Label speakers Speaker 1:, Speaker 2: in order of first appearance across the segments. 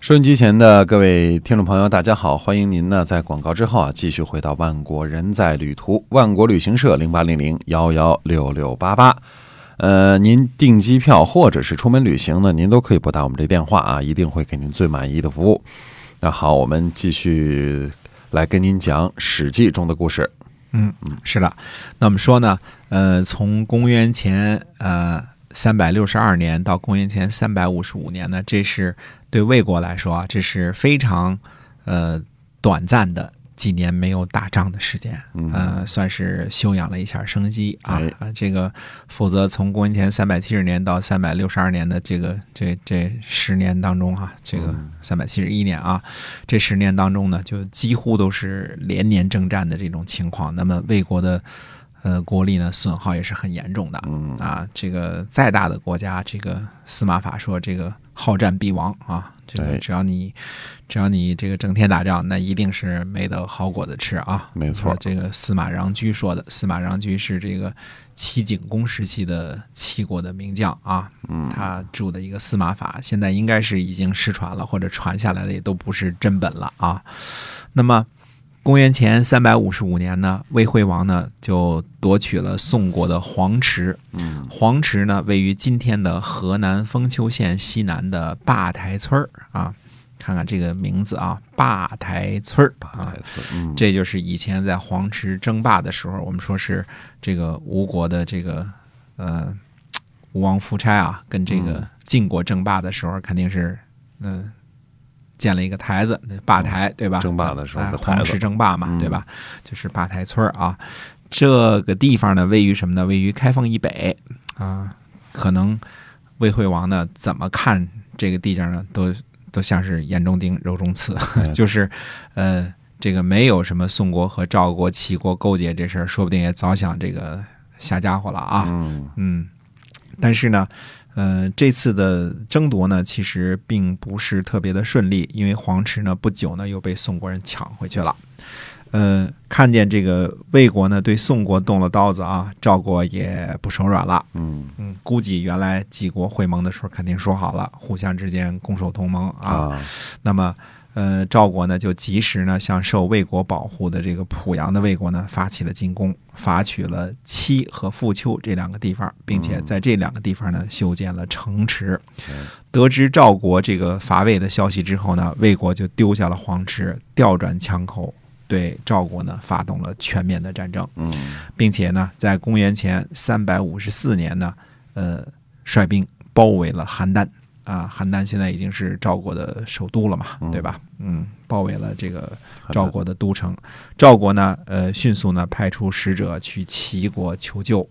Speaker 1: 收音机前的各位听众朋友，大家好！欢迎您呢在广告之后啊，继续回到万国人在旅途，万国旅行社零八零零幺幺六六八八。呃，您订机票或者是出门旅行呢，您都可以拨打我们这电话啊，一定会给您最满意的服务。那好，我们继续来跟您讲《史记》中的故事。
Speaker 2: 嗯，是的。那我们说呢，呃，从公元前呃三百六十二年到公元前三百五十五年呢，这是对魏国来说啊，这是非常呃短暂的几年没有打仗的时间，呃，算是休养了一下生机啊
Speaker 1: 哎。
Speaker 2: 啊这个否则从公元前三百七十年到三百六十二年的这个这这十年当中啊，这个三百七十一年啊，这十年当中呢，就几乎都是连年征战的这种情况。那么魏国的呃国力呢，损耗也是很严重的。啊，这个再大的国家，这个司马法说这个好战必亡啊，这个
Speaker 1: 对
Speaker 2: 只要你只要你这个整天打仗，那一定是没得好果子吃啊。
Speaker 1: 没错
Speaker 2: 这个司马穰苴说的，司马穰苴是这个齐景公时期的齐国的名将啊，嗯，他著的一个司马法，现在应该是已经失传了，或者传下来的也都不是真本了啊。那么。公元前三百五十五年呢，魏惠王呢就夺取了宋国的黄池。嗯，黄池呢位于今天的河南封丘县西南的坝台村儿啊，看看这个名字啊，坝台村儿啊，
Speaker 1: 嗯，
Speaker 2: 这就是以前在黄池争霸的时候，我们说是这个吴国的这个呃吴王夫差啊，跟这个
Speaker 1: 嗯
Speaker 2: 晋国争霸的时候，肯定是嗯、建了一个台子，那坝台对吧？
Speaker 1: 争霸的时候
Speaker 2: 啊
Speaker 1: 的台子
Speaker 2: 黄池争霸嘛，对吧？就是坝台村儿啊，这个地方呢，位于什么呢？位于开封以北啊，可能魏惠王呢，怎么看这个地界儿呢，都都像是眼中钉、肉中刺， 就是呃，这个没有什么宋国和赵国、齐国勾结这事儿，说不定也早想这个下家伙了啊。
Speaker 1: 嗯
Speaker 2: 嗯，但是呢，呃，这次的争夺呢，其实并不是特别的顺利，因为黄池呢不久呢又被宋国人抢回去了。呃，看见这个魏国呢对宋国动了刀子啊，赵国也不手软了。
Speaker 1: 嗯
Speaker 2: 嗯，估计原来几国会盟的时候肯定说好了，互相之间攻守同盟啊。
Speaker 1: 啊，
Speaker 2: 那么，呃，赵国呢就及时呢向受魏国保护的这个濮阳的魏国呢发起了进攻，伐取了七和富丘这两个地方，并且在这两个地方呢修建了城池。得知赵国这个伐魏的消息之后呢，魏国就丢下了黄池，调转枪口。对赵国呢发动了全面的战争，
Speaker 1: 嗯
Speaker 2: 并且呢，在公元前三百五十四年呢，呃，率兵包围了邯郸啊，邯郸现在已经是赵国的首都了嘛，对吧？嗯，包围了这个赵国的都城。赵国呢，呃，迅速呢派出使者去齐国求救。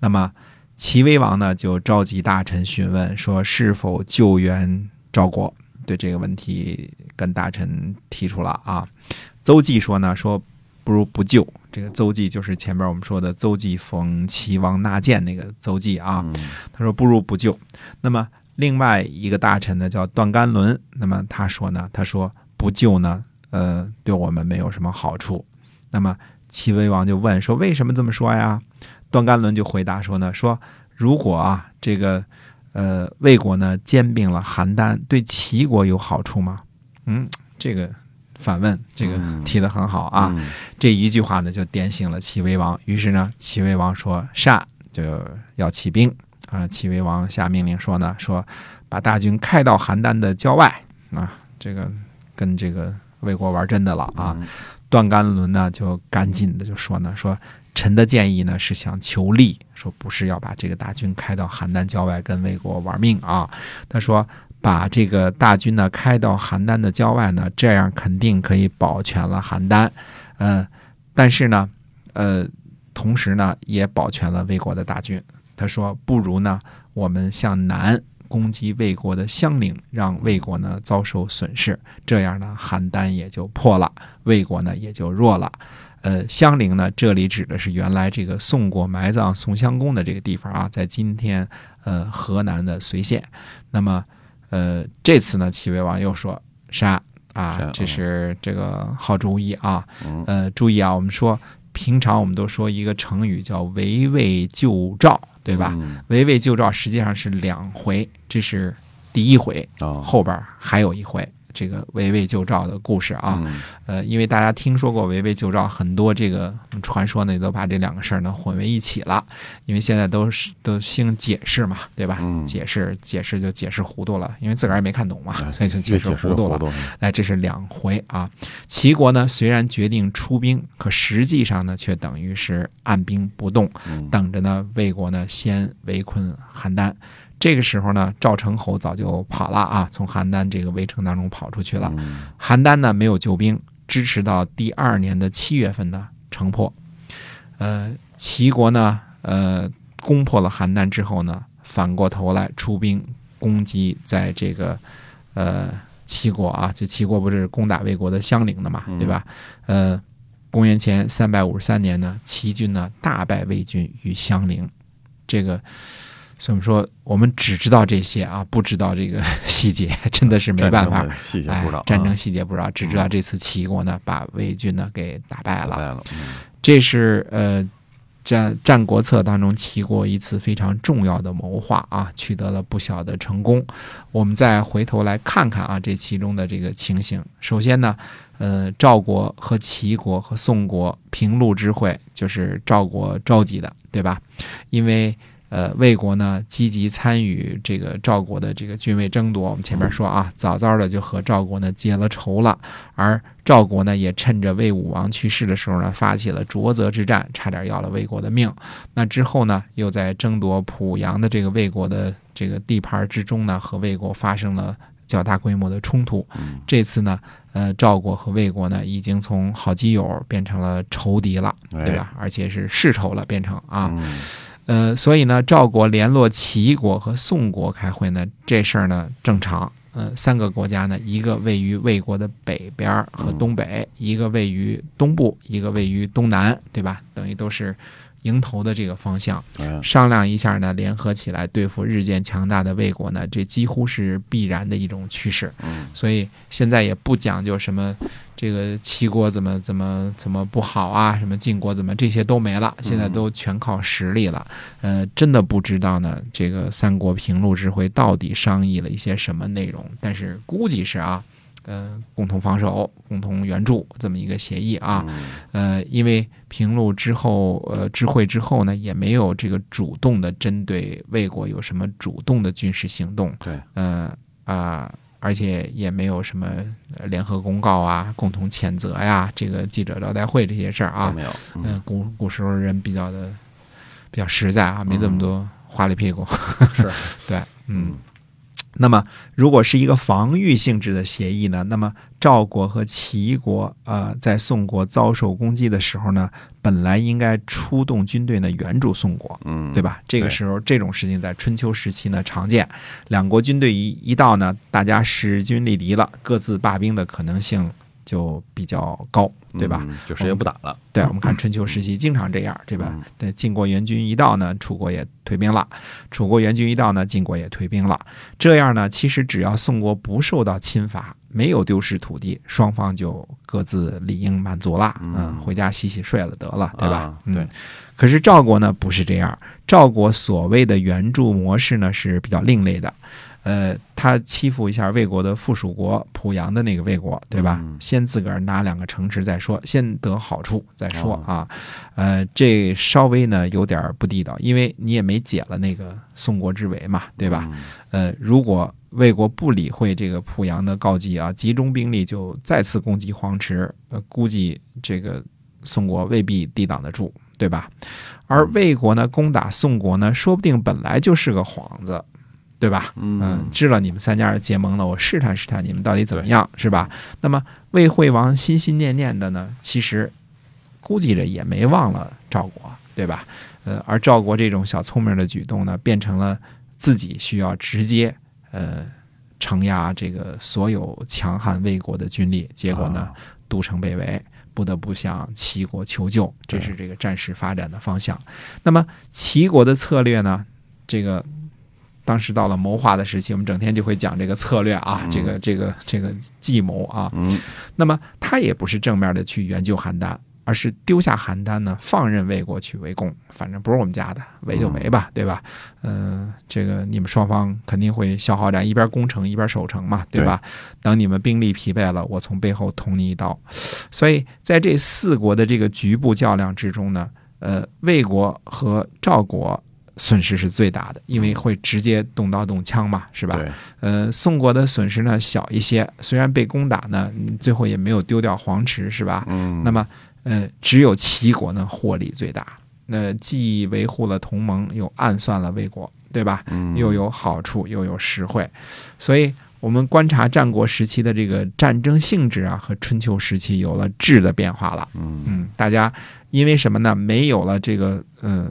Speaker 2: 那么齐威王呢，就召集大臣询问说是否救援赵国。对这个问题，跟大臣提出了啊。邹忌说呢，说不如不救。这个邹忌就是前边我们说的邹忌逢齐王纳谏那个邹忌啊。他说不如不救。那么另外一个大臣呢叫段甘伦，那么他说呢，他说不救呢，呃，对我们没有什么好处。那么齐威王就问说为什么这么说呀？段甘伦就回答说呢，说如果啊这个呃魏国呢兼并了邯郸，对齐国有好处吗？嗯，这个反问这个提得很好啊。
Speaker 1: 嗯
Speaker 2: 这一句话呢，就点醒了齐威王。于是呢，齐威王说：“善，就要起兵啊！”齐威王下命令说呢：“说把大军开到邯郸的郊外啊，这个跟这个魏国玩真的了啊！”段甘伦呢，就赶紧的就说呢：“说臣的建议呢是想求利，说不是要把这个大军开到邯郸郊外跟魏国玩命啊。”他说。把这个大军呢开到邯郸的郊外呢，这样肯定可以保全了邯郸。呃，但是呢，呃，同时呢也保全了魏国的大军。他说，不如呢我们向南攻击魏国的襄陵，让魏国呢遭受损失，这样呢邯郸也就破了，魏国呢也就弱了。呃，襄陵呢，这里指的是原来这个宋国埋葬宋襄公的这个地方啊，在今天呃河南的随县。那么，呃，这次呢，齐威王又说杀
Speaker 1: 杀
Speaker 2: 啊，这
Speaker 1: 嗯
Speaker 2: 是这个好主意啊。
Speaker 1: 嗯
Speaker 2: 呃，注意啊，我们说平常我们都说一个成语叫“围魏救赵”，对吧？
Speaker 1: 嗯
Speaker 2: 围魏救赵实际上是两回，这是第一回，
Speaker 1: 哦
Speaker 2: 后边儿还有一回，这个围魏救赵的故事啊。
Speaker 1: 嗯
Speaker 2: 呃，因为大家听说过围魏救赵，很多这个传说呢也都把这两个事儿呢混为一起了，因为现在都是都兴解释嘛，对吧？
Speaker 1: 嗯
Speaker 2: 解释解释就解释糊涂了，因为自个儿也没看懂嘛，
Speaker 1: 哎
Speaker 2: 所以就解释
Speaker 1: 这
Speaker 2: 糊涂了
Speaker 1: 糊。涂，
Speaker 2: 哎，这是两回啊。齐国呢虽然决定出兵，可实际上呢却等于是按兵不动，
Speaker 1: 嗯
Speaker 2: 等着呢魏国呢先围困邯郸。这个时候呢，赵成侯早就跑了啊，从邯郸这个围城当中跑出去了。
Speaker 1: 嗯
Speaker 2: 邯郸呢没有救兵，支持到第二年的七月份呢城破。呃，齐国呢，呃，攻破了邯郸之后呢，反过头来出兵攻击在这个呃齐国啊，这齐国不是攻打魏国的相邻的嘛，对吧？呃，公元前三百五十三年呢，齐军呢大败魏军于相邻，这个。所以我们说，我们只知道这些啊，不知道这个细节，真的是没
Speaker 1: 战
Speaker 2: 办
Speaker 1: 争
Speaker 2: 法。
Speaker 1: 的细节
Speaker 2: 哎，
Speaker 1: 不知道啊，嗯
Speaker 2: 战争细节不知道，只知道这次齐国呢把魏军呢给打败
Speaker 1: 打
Speaker 2: 了。
Speaker 1: 败了，
Speaker 2: 这是呃战战国策当中齐国一次非常重要的谋划啊，取得了不小的成功。我们再回头来看看啊这其中的这个情形。首先呢，呃，赵国和齐国和宋国平陆之会就是赵国召集的，对吧？因为呃，魏国呢积极参与这个赵国的这个军位争夺，我们前面说啊，早早的就和赵国呢结了仇了，而赵国呢也趁着魏武王去世的时候呢，发起了浊泽之战，差点要了魏国的命。那之后呢，又在争夺濮阳的这个魏国的这个地盘之中呢，和魏国发生了较大规模的冲突。
Speaker 1: 嗯
Speaker 2: 这次呢，呃，赵国和魏国呢，已经从好基友变成了仇敌了，
Speaker 1: 嗯
Speaker 2: 对？吧？而且是世仇了，变成
Speaker 1: 哎
Speaker 2: 啊，
Speaker 1: 嗯
Speaker 2: 呃，所以呢，赵国联络齐国和宋国开会呢，这事儿呢正常。呃，三个国家呢，一个位于魏国的北边儿和东北，一个位于东部，一个位于东南，对吧？等于都是迎头的这个方向。
Speaker 1: 哎
Speaker 2: 商量一下呢，联合起来对付日渐强大的魏国呢，这几乎是必然的一种趋势。
Speaker 1: 嗯
Speaker 2: 所以现在也不讲究什么这个齐国怎么怎么怎么不好啊，什么晋国怎么这些都没了，现在都全靠实力了。呃，真的不知道呢，这个三国平陆之会到底商议了一些什么内容，但是估计是啊。呃，共同防守、共同援助这么一个协
Speaker 1: 嗯
Speaker 2: 议啊，呃，因为平陆之后，呃，知会之后呢，也没有这个主动的针对魏国有什么主动的军事行动，
Speaker 1: 对，
Speaker 2: 呃啊、而且也没有什么呃联合公告啊、共同谴责呀、这个记者招待会这些事儿
Speaker 1: 都
Speaker 2: 啊，
Speaker 1: 没有，
Speaker 2: 嗯、古古时候人比较的比较实在啊，没这么多花里屁股，
Speaker 1: 嗯是，
Speaker 2: 对，嗯。那么，如果是一个防御性质的协议呢？那么赵国和齐国，呃，在宋国遭受攻击的时候呢，本来应该出动军队呢援助宋国，
Speaker 1: 嗯，
Speaker 2: 对吧？这个时候这种事情在春秋时期呢常见，两国军队一一到呢，大家势均力敌了，各自罢兵的可能性就比较高，
Speaker 1: 嗯？
Speaker 2: 对吧？
Speaker 1: 嗯？就谁也不打了，
Speaker 2: 对，我们看春秋时期经常这样，对吧
Speaker 1: 嗯？
Speaker 2: 对，晋国援军一到呢，楚国也退兵了；楚国援军一到呢，晋国也退兵了。这样呢，其实只要宋国不受到侵伐，没有丢失土地，双方就各自理应满足啦，
Speaker 1: 嗯
Speaker 2: 嗯，回家洗洗睡了得了，对吧
Speaker 1: 啊？
Speaker 2: 嗯
Speaker 1: 对。
Speaker 2: 可是赵国呢不是这样，赵国所谓的援助模式呢是比较另类的，呃，他欺负一下魏国的附属国濮阳的那个魏国，对吧？
Speaker 1: 嗯
Speaker 2: 先自个儿拿两个城池再说，先得好处再说
Speaker 1: 哦
Speaker 2: 啊。呃，这稍微呢有点儿不地道，因为你也没解了那个宋国之围嘛，对吧？
Speaker 1: 嗯？
Speaker 2: 呃，如果魏国不理会这个濮阳的告急啊，集中兵力就再次攻击黄池，呃，估计这个宋国未必抵挡得住，对吧？
Speaker 1: 嗯
Speaker 2: 而魏国呢，攻打宋国呢，说不定本来就是个幌子，对吧？嗯，
Speaker 1: 嗯，
Speaker 2: 知道你们三家人结盟了，我试探试探你们到底怎么样，是吧？那么魏惠王心心念念的呢，其实估计着也没忘了赵国，对吧？呃，而赵国这种小聪明的举动呢，变成了自己需要直接呃承压这个所有强悍魏国的军力，结果呢
Speaker 1: 啊，
Speaker 2: 都城被围。不得不向齐国求救，这
Speaker 1: 对
Speaker 2: 是这个战事发展的方向。那么齐国的策略呢？这个当时到了谋划的时期，我们整天就会讲这个策略啊，
Speaker 1: 嗯
Speaker 2: 这个这个这个计谋啊。
Speaker 1: 嗯，
Speaker 2: 那么他也不是正面的去援救邯郸，而是丢下邯郸呢，放任魏国去围攻，反正不是我们家的，围就围吧，对吧？嗯、这个你们双方肯定会消耗战，一边攻城一边守城嘛，对吧？等你们兵力疲惫了，我从背后捅你一刀。所以在这四国的这个局部较量之中呢，呃，魏国和赵国损失是最大的，因为会直接动刀动枪嘛，是吧？
Speaker 1: 对，
Speaker 2: 呃，宋国的损失呢小一些，虽然被攻打呢，嗯最后也没有丢掉黄池，是吧？
Speaker 1: 嗯，
Speaker 2: 那么，呃，只有齐国呢获利最大。那既维护了同盟，又暗算了魏国，对吧？
Speaker 1: 嗯
Speaker 2: 又有好处，又有实惠。所以，我们观察战国时期的这个战争性质啊，和春秋时期有了质的变化了。
Speaker 1: 嗯
Speaker 2: 嗯，大家因为什么呢？没有了这个呃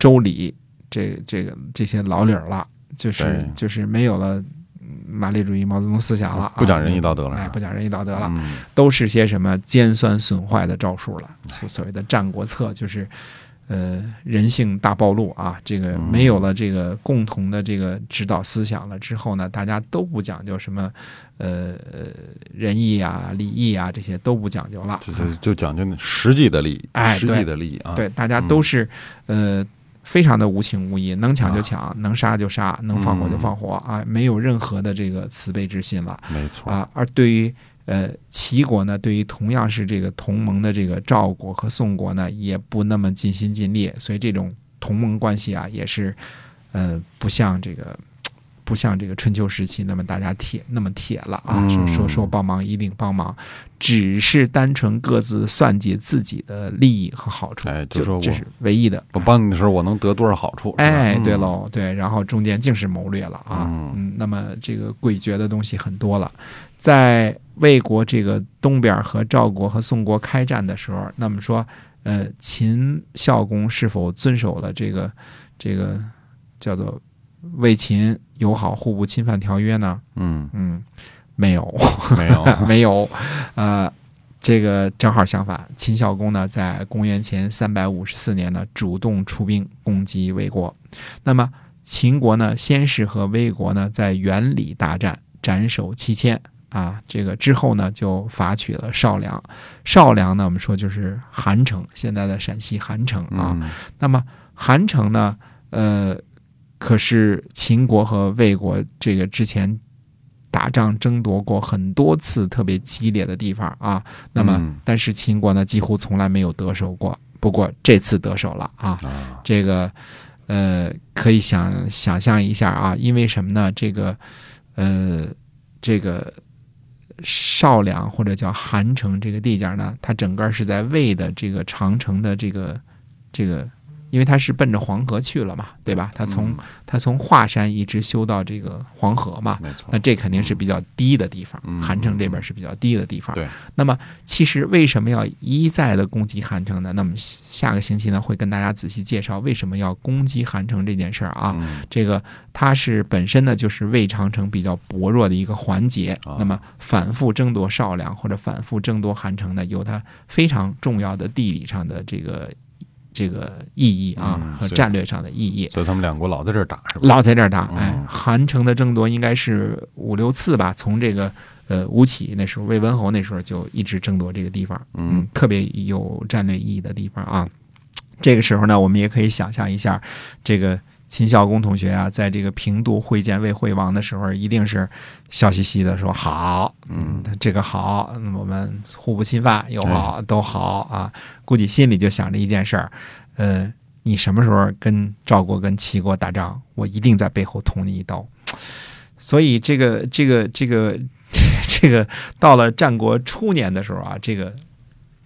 Speaker 2: 周礼，这这个这些老理儿了，就是
Speaker 1: 对
Speaker 2: 就是没有了嗯马列主义、毛泽东思想了啊、
Speaker 1: 不讲仁义道德了
Speaker 2: 哎，不讲仁义道德了。
Speaker 1: 嗯
Speaker 2: 都是些什么尖酸损坏的招数了。所所谓的《战国策》就是，呃，人性大暴露啊！这个
Speaker 1: 嗯
Speaker 2: 没有了这个共同的这个指导思想了之后呢，大家都不讲究什么，呃，呃仁义啊、礼义啊这些都不讲究了。
Speaker 1: 这就就讲究那实际的利益，
Speaker 2: 哎
Speaker 1: 实
Speaker 2: 对
Speaker 1: 际的利益啊，
Speaker 2: 对，大家都是，呃。非常的无情无义，能抢就抢，能杀就杀，能放火就放火、啊，没有任何的这个慈悲之心了。
Speaker 1: 没错，
Speaker 2: 啊，而对于呃齐国呢，对于同样是这个同盟的这个赵国和宋国呢，也不那么尽心尽力，所以这种同盟关系啊，也是呃不像这个。不像这个春秋时期那么大家铁那么铁了啊，说说说帮忙一定帮忙，只是单纯各自算计自己的利益和好处，
Speaker 1: 哎就
Speaker 2: 就
Speaker 1: 说
Speaker 2: 这
Speaker 1: 我
Speaker 2: 是唯一的。
Speaker 1: 我帮你的时候我能得多少好处？是吧
Speaker 2: 哎，对，
Speaker 1: 嗯
Speaker 2: 喽，对，然后中间竟是谋略了啊，
Speaker 1: 嗯
Speaker 2: 嗯，那么这个诡谲的东西很多了，在魏国这个东边和赵国和宋国开战的时候，那么说，呃，秦孝公是否遵守了这个这个叫做魏秦友好互不侵犯条约呢？
Speaker 1: 嗯，
Speaker 2: 嗯，没有，
Speaker 1: 没有，啊
Speaker 2: 没有，呃，这个正好相反，秦孝公呢，在公元前三百五十四年呢，主动出兵攻击魏国。那么秦国呢，先是和魏国呢在原里大战，斩首七千啊，这个之后呢，就伐取了少梁。少梁呢，我们说就是韩城，现在的陕西韩城啊。
Speaker 1: 嗯，
Speaker 2: 那么韩城呢，呃，可是秦国和魏国这个之前打仗争夺过很多次特别激烈的地方啊。那么，
Speaker 1: 嗯
Speaker 2: 但是秦国呢，几乎从来没有得手过。不过这次得手了啊，
Speaker 1: 啊，
Speaker 2: 这个呃，可以想想象一下啊，因为什么呢？这个呃，这个少梁或者叫韩城这个地界儿呢，它整个是在魏的这个长城的这个这个，因为它是奔着黄河去了嘛，对吧？它从、它从华山一直修到这个黄河嘛，
Speaker 1: 没错
Speaker 2: 那，这肯定是比较低的地方
Speaker 1: 嗯，
Speaker 2: 韩城这边是比较低的地方。
Speaker 1: 对，
Speaker 2: 那么其实为什么要一再的攻击韩城呢？那么下个星期呢会跟大家仔细介绍为什么要攻击韩城这件事儿啊。
Speaker 1: 嗯
Speaker 2: 这个它是本身呢就是魏长城比较薄弱的一个环节，
Speaker 1: 啊
Speaker 2: 那么反复争夺少梁或者反复争夺韩城呢，有它非常重要的地理上的这个这个意义啊、
Speaker 1: 嗯
Speaker 2: 和
Speaker 1: 是
Speaker 2: 战略上的意义。
Speaker 1: 所以他们两国老在这儿打，是吧？
Speaker 2: 老在这儿打，哎
Speaker 1: 嗯，
Speaker 2: 韩城的争夺应该是五六次吧，从这个呃吴起那时候，魏文侯那时候就一直争夺这个地方，
Speaker 1: 嗯，
Speaker 2: 特别有战略意义的地方啊。这个时候呢，我们也可以想象一下，这个秦孝公同学啊，在这个平度会见魏惠王的时候，一定是笑嘻嘻的说好，嗯，这个好，嗯我们互不侵犯，友好都好啊，估计心里就想着一件事儿，呃，你什么时候跟赵国、跟齐国打仗，我一定在背后捅你一刀。所以这个、这个、这个、这个，到了战国初年的时候啊，这个、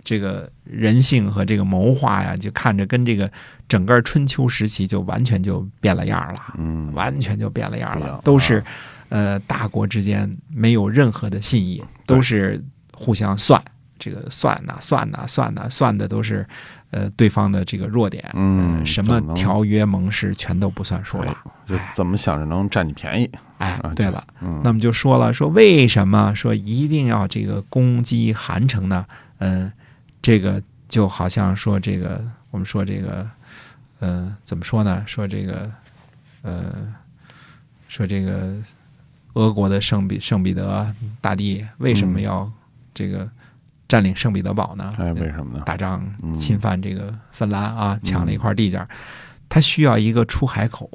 Speaker 2: 这个人性和这个谋划呀，就看着跟这个整个春秋时期就完全就变了样儿了。
Speaker 1: 嗯，啊
Speaker 2: 完全就变了样儿
Speaker 1: 不一
Speaker 2: 了
Speaker 1: 样，
Speaker 2: 都是，呃，大国之间没有任何的信义，都是互相算，这个算呐、算呐、算呐、算的都是，呃，对方的这个弱点，
Speaker 1: 嗯
Speaker 2: 呃什
Speaker 1: 怎么
Speaker 2: 么
Speaker 1: 能
Speaker 2: 条约盟誓全都不算数了，
Speaker 1: 就怎么想着能占你便宜？
Speaker 2: 哎
Speaker 1: 啊，
Speaker 2: 对了，
Speaker 1: 嗯
Speaker 2: 那么就说了，说为什么说一定要这个攻击韩城呢？嗯、这个就好像说这个我们说这个，呃，怎么说呢？说这个，呃，说这个俄国的圣彼圣彼得大帝为什么要这个？占领圣彼得堡呢？
Speaker 1: 嗯哎，为嗯什么呢？
Speaker 2: 打仗侵犯这个芬兰啊，抢了一块地界儿，他需要一个出海口，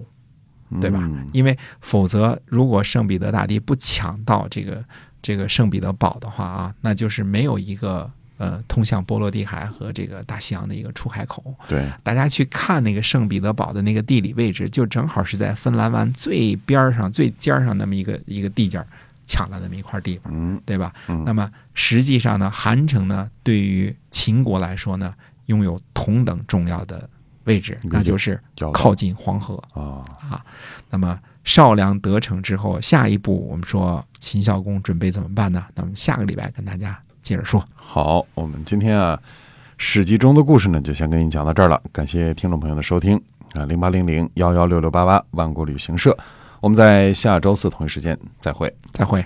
Speaker 2: 对吧？
Speaker 1: 嗯
Speaker 2: 因为否则如果圣彼得大帝不抢到这个这个圣彼得堡的话啊，那就是没有一个呃通向波罗的海和这个大西洋的一个出海口。
Speaker 1: 对，
Speaker 2: 大家去看那个圣彼得堡的那个地理位置，就正好是在芬兰湾最边儿上、最尖儿上那么一个一个地界儿，抢了那么一块地方，
Speaker 1: 嗯
Speaker 2: 对吧？
Speaker 1: 嗯
Speaker 2: 那么实际上呢，韩城呢对于秦国来说呢，拥有同等重要的位置，
Speaker 1: 理解
Speaker 2: 那就是
Speaker 1: 叫
Speaker 2: 靠近黄河。
Speaker 1: 啊，
Speaker 2: 啊。那么少梁得逞之后，下一步我们说秦孝公准备怎么办呢？那么下个礼拜跟大家接着说。
Speaker 1: 好，我们今天啊，史记中的故事呢，就先跟你讲到这儿了。感谢听众朋友的收听啊，零八零零幺幺六六八八万国旅行社，我们在下周四同一时间再会。
Speaker 2: 再会。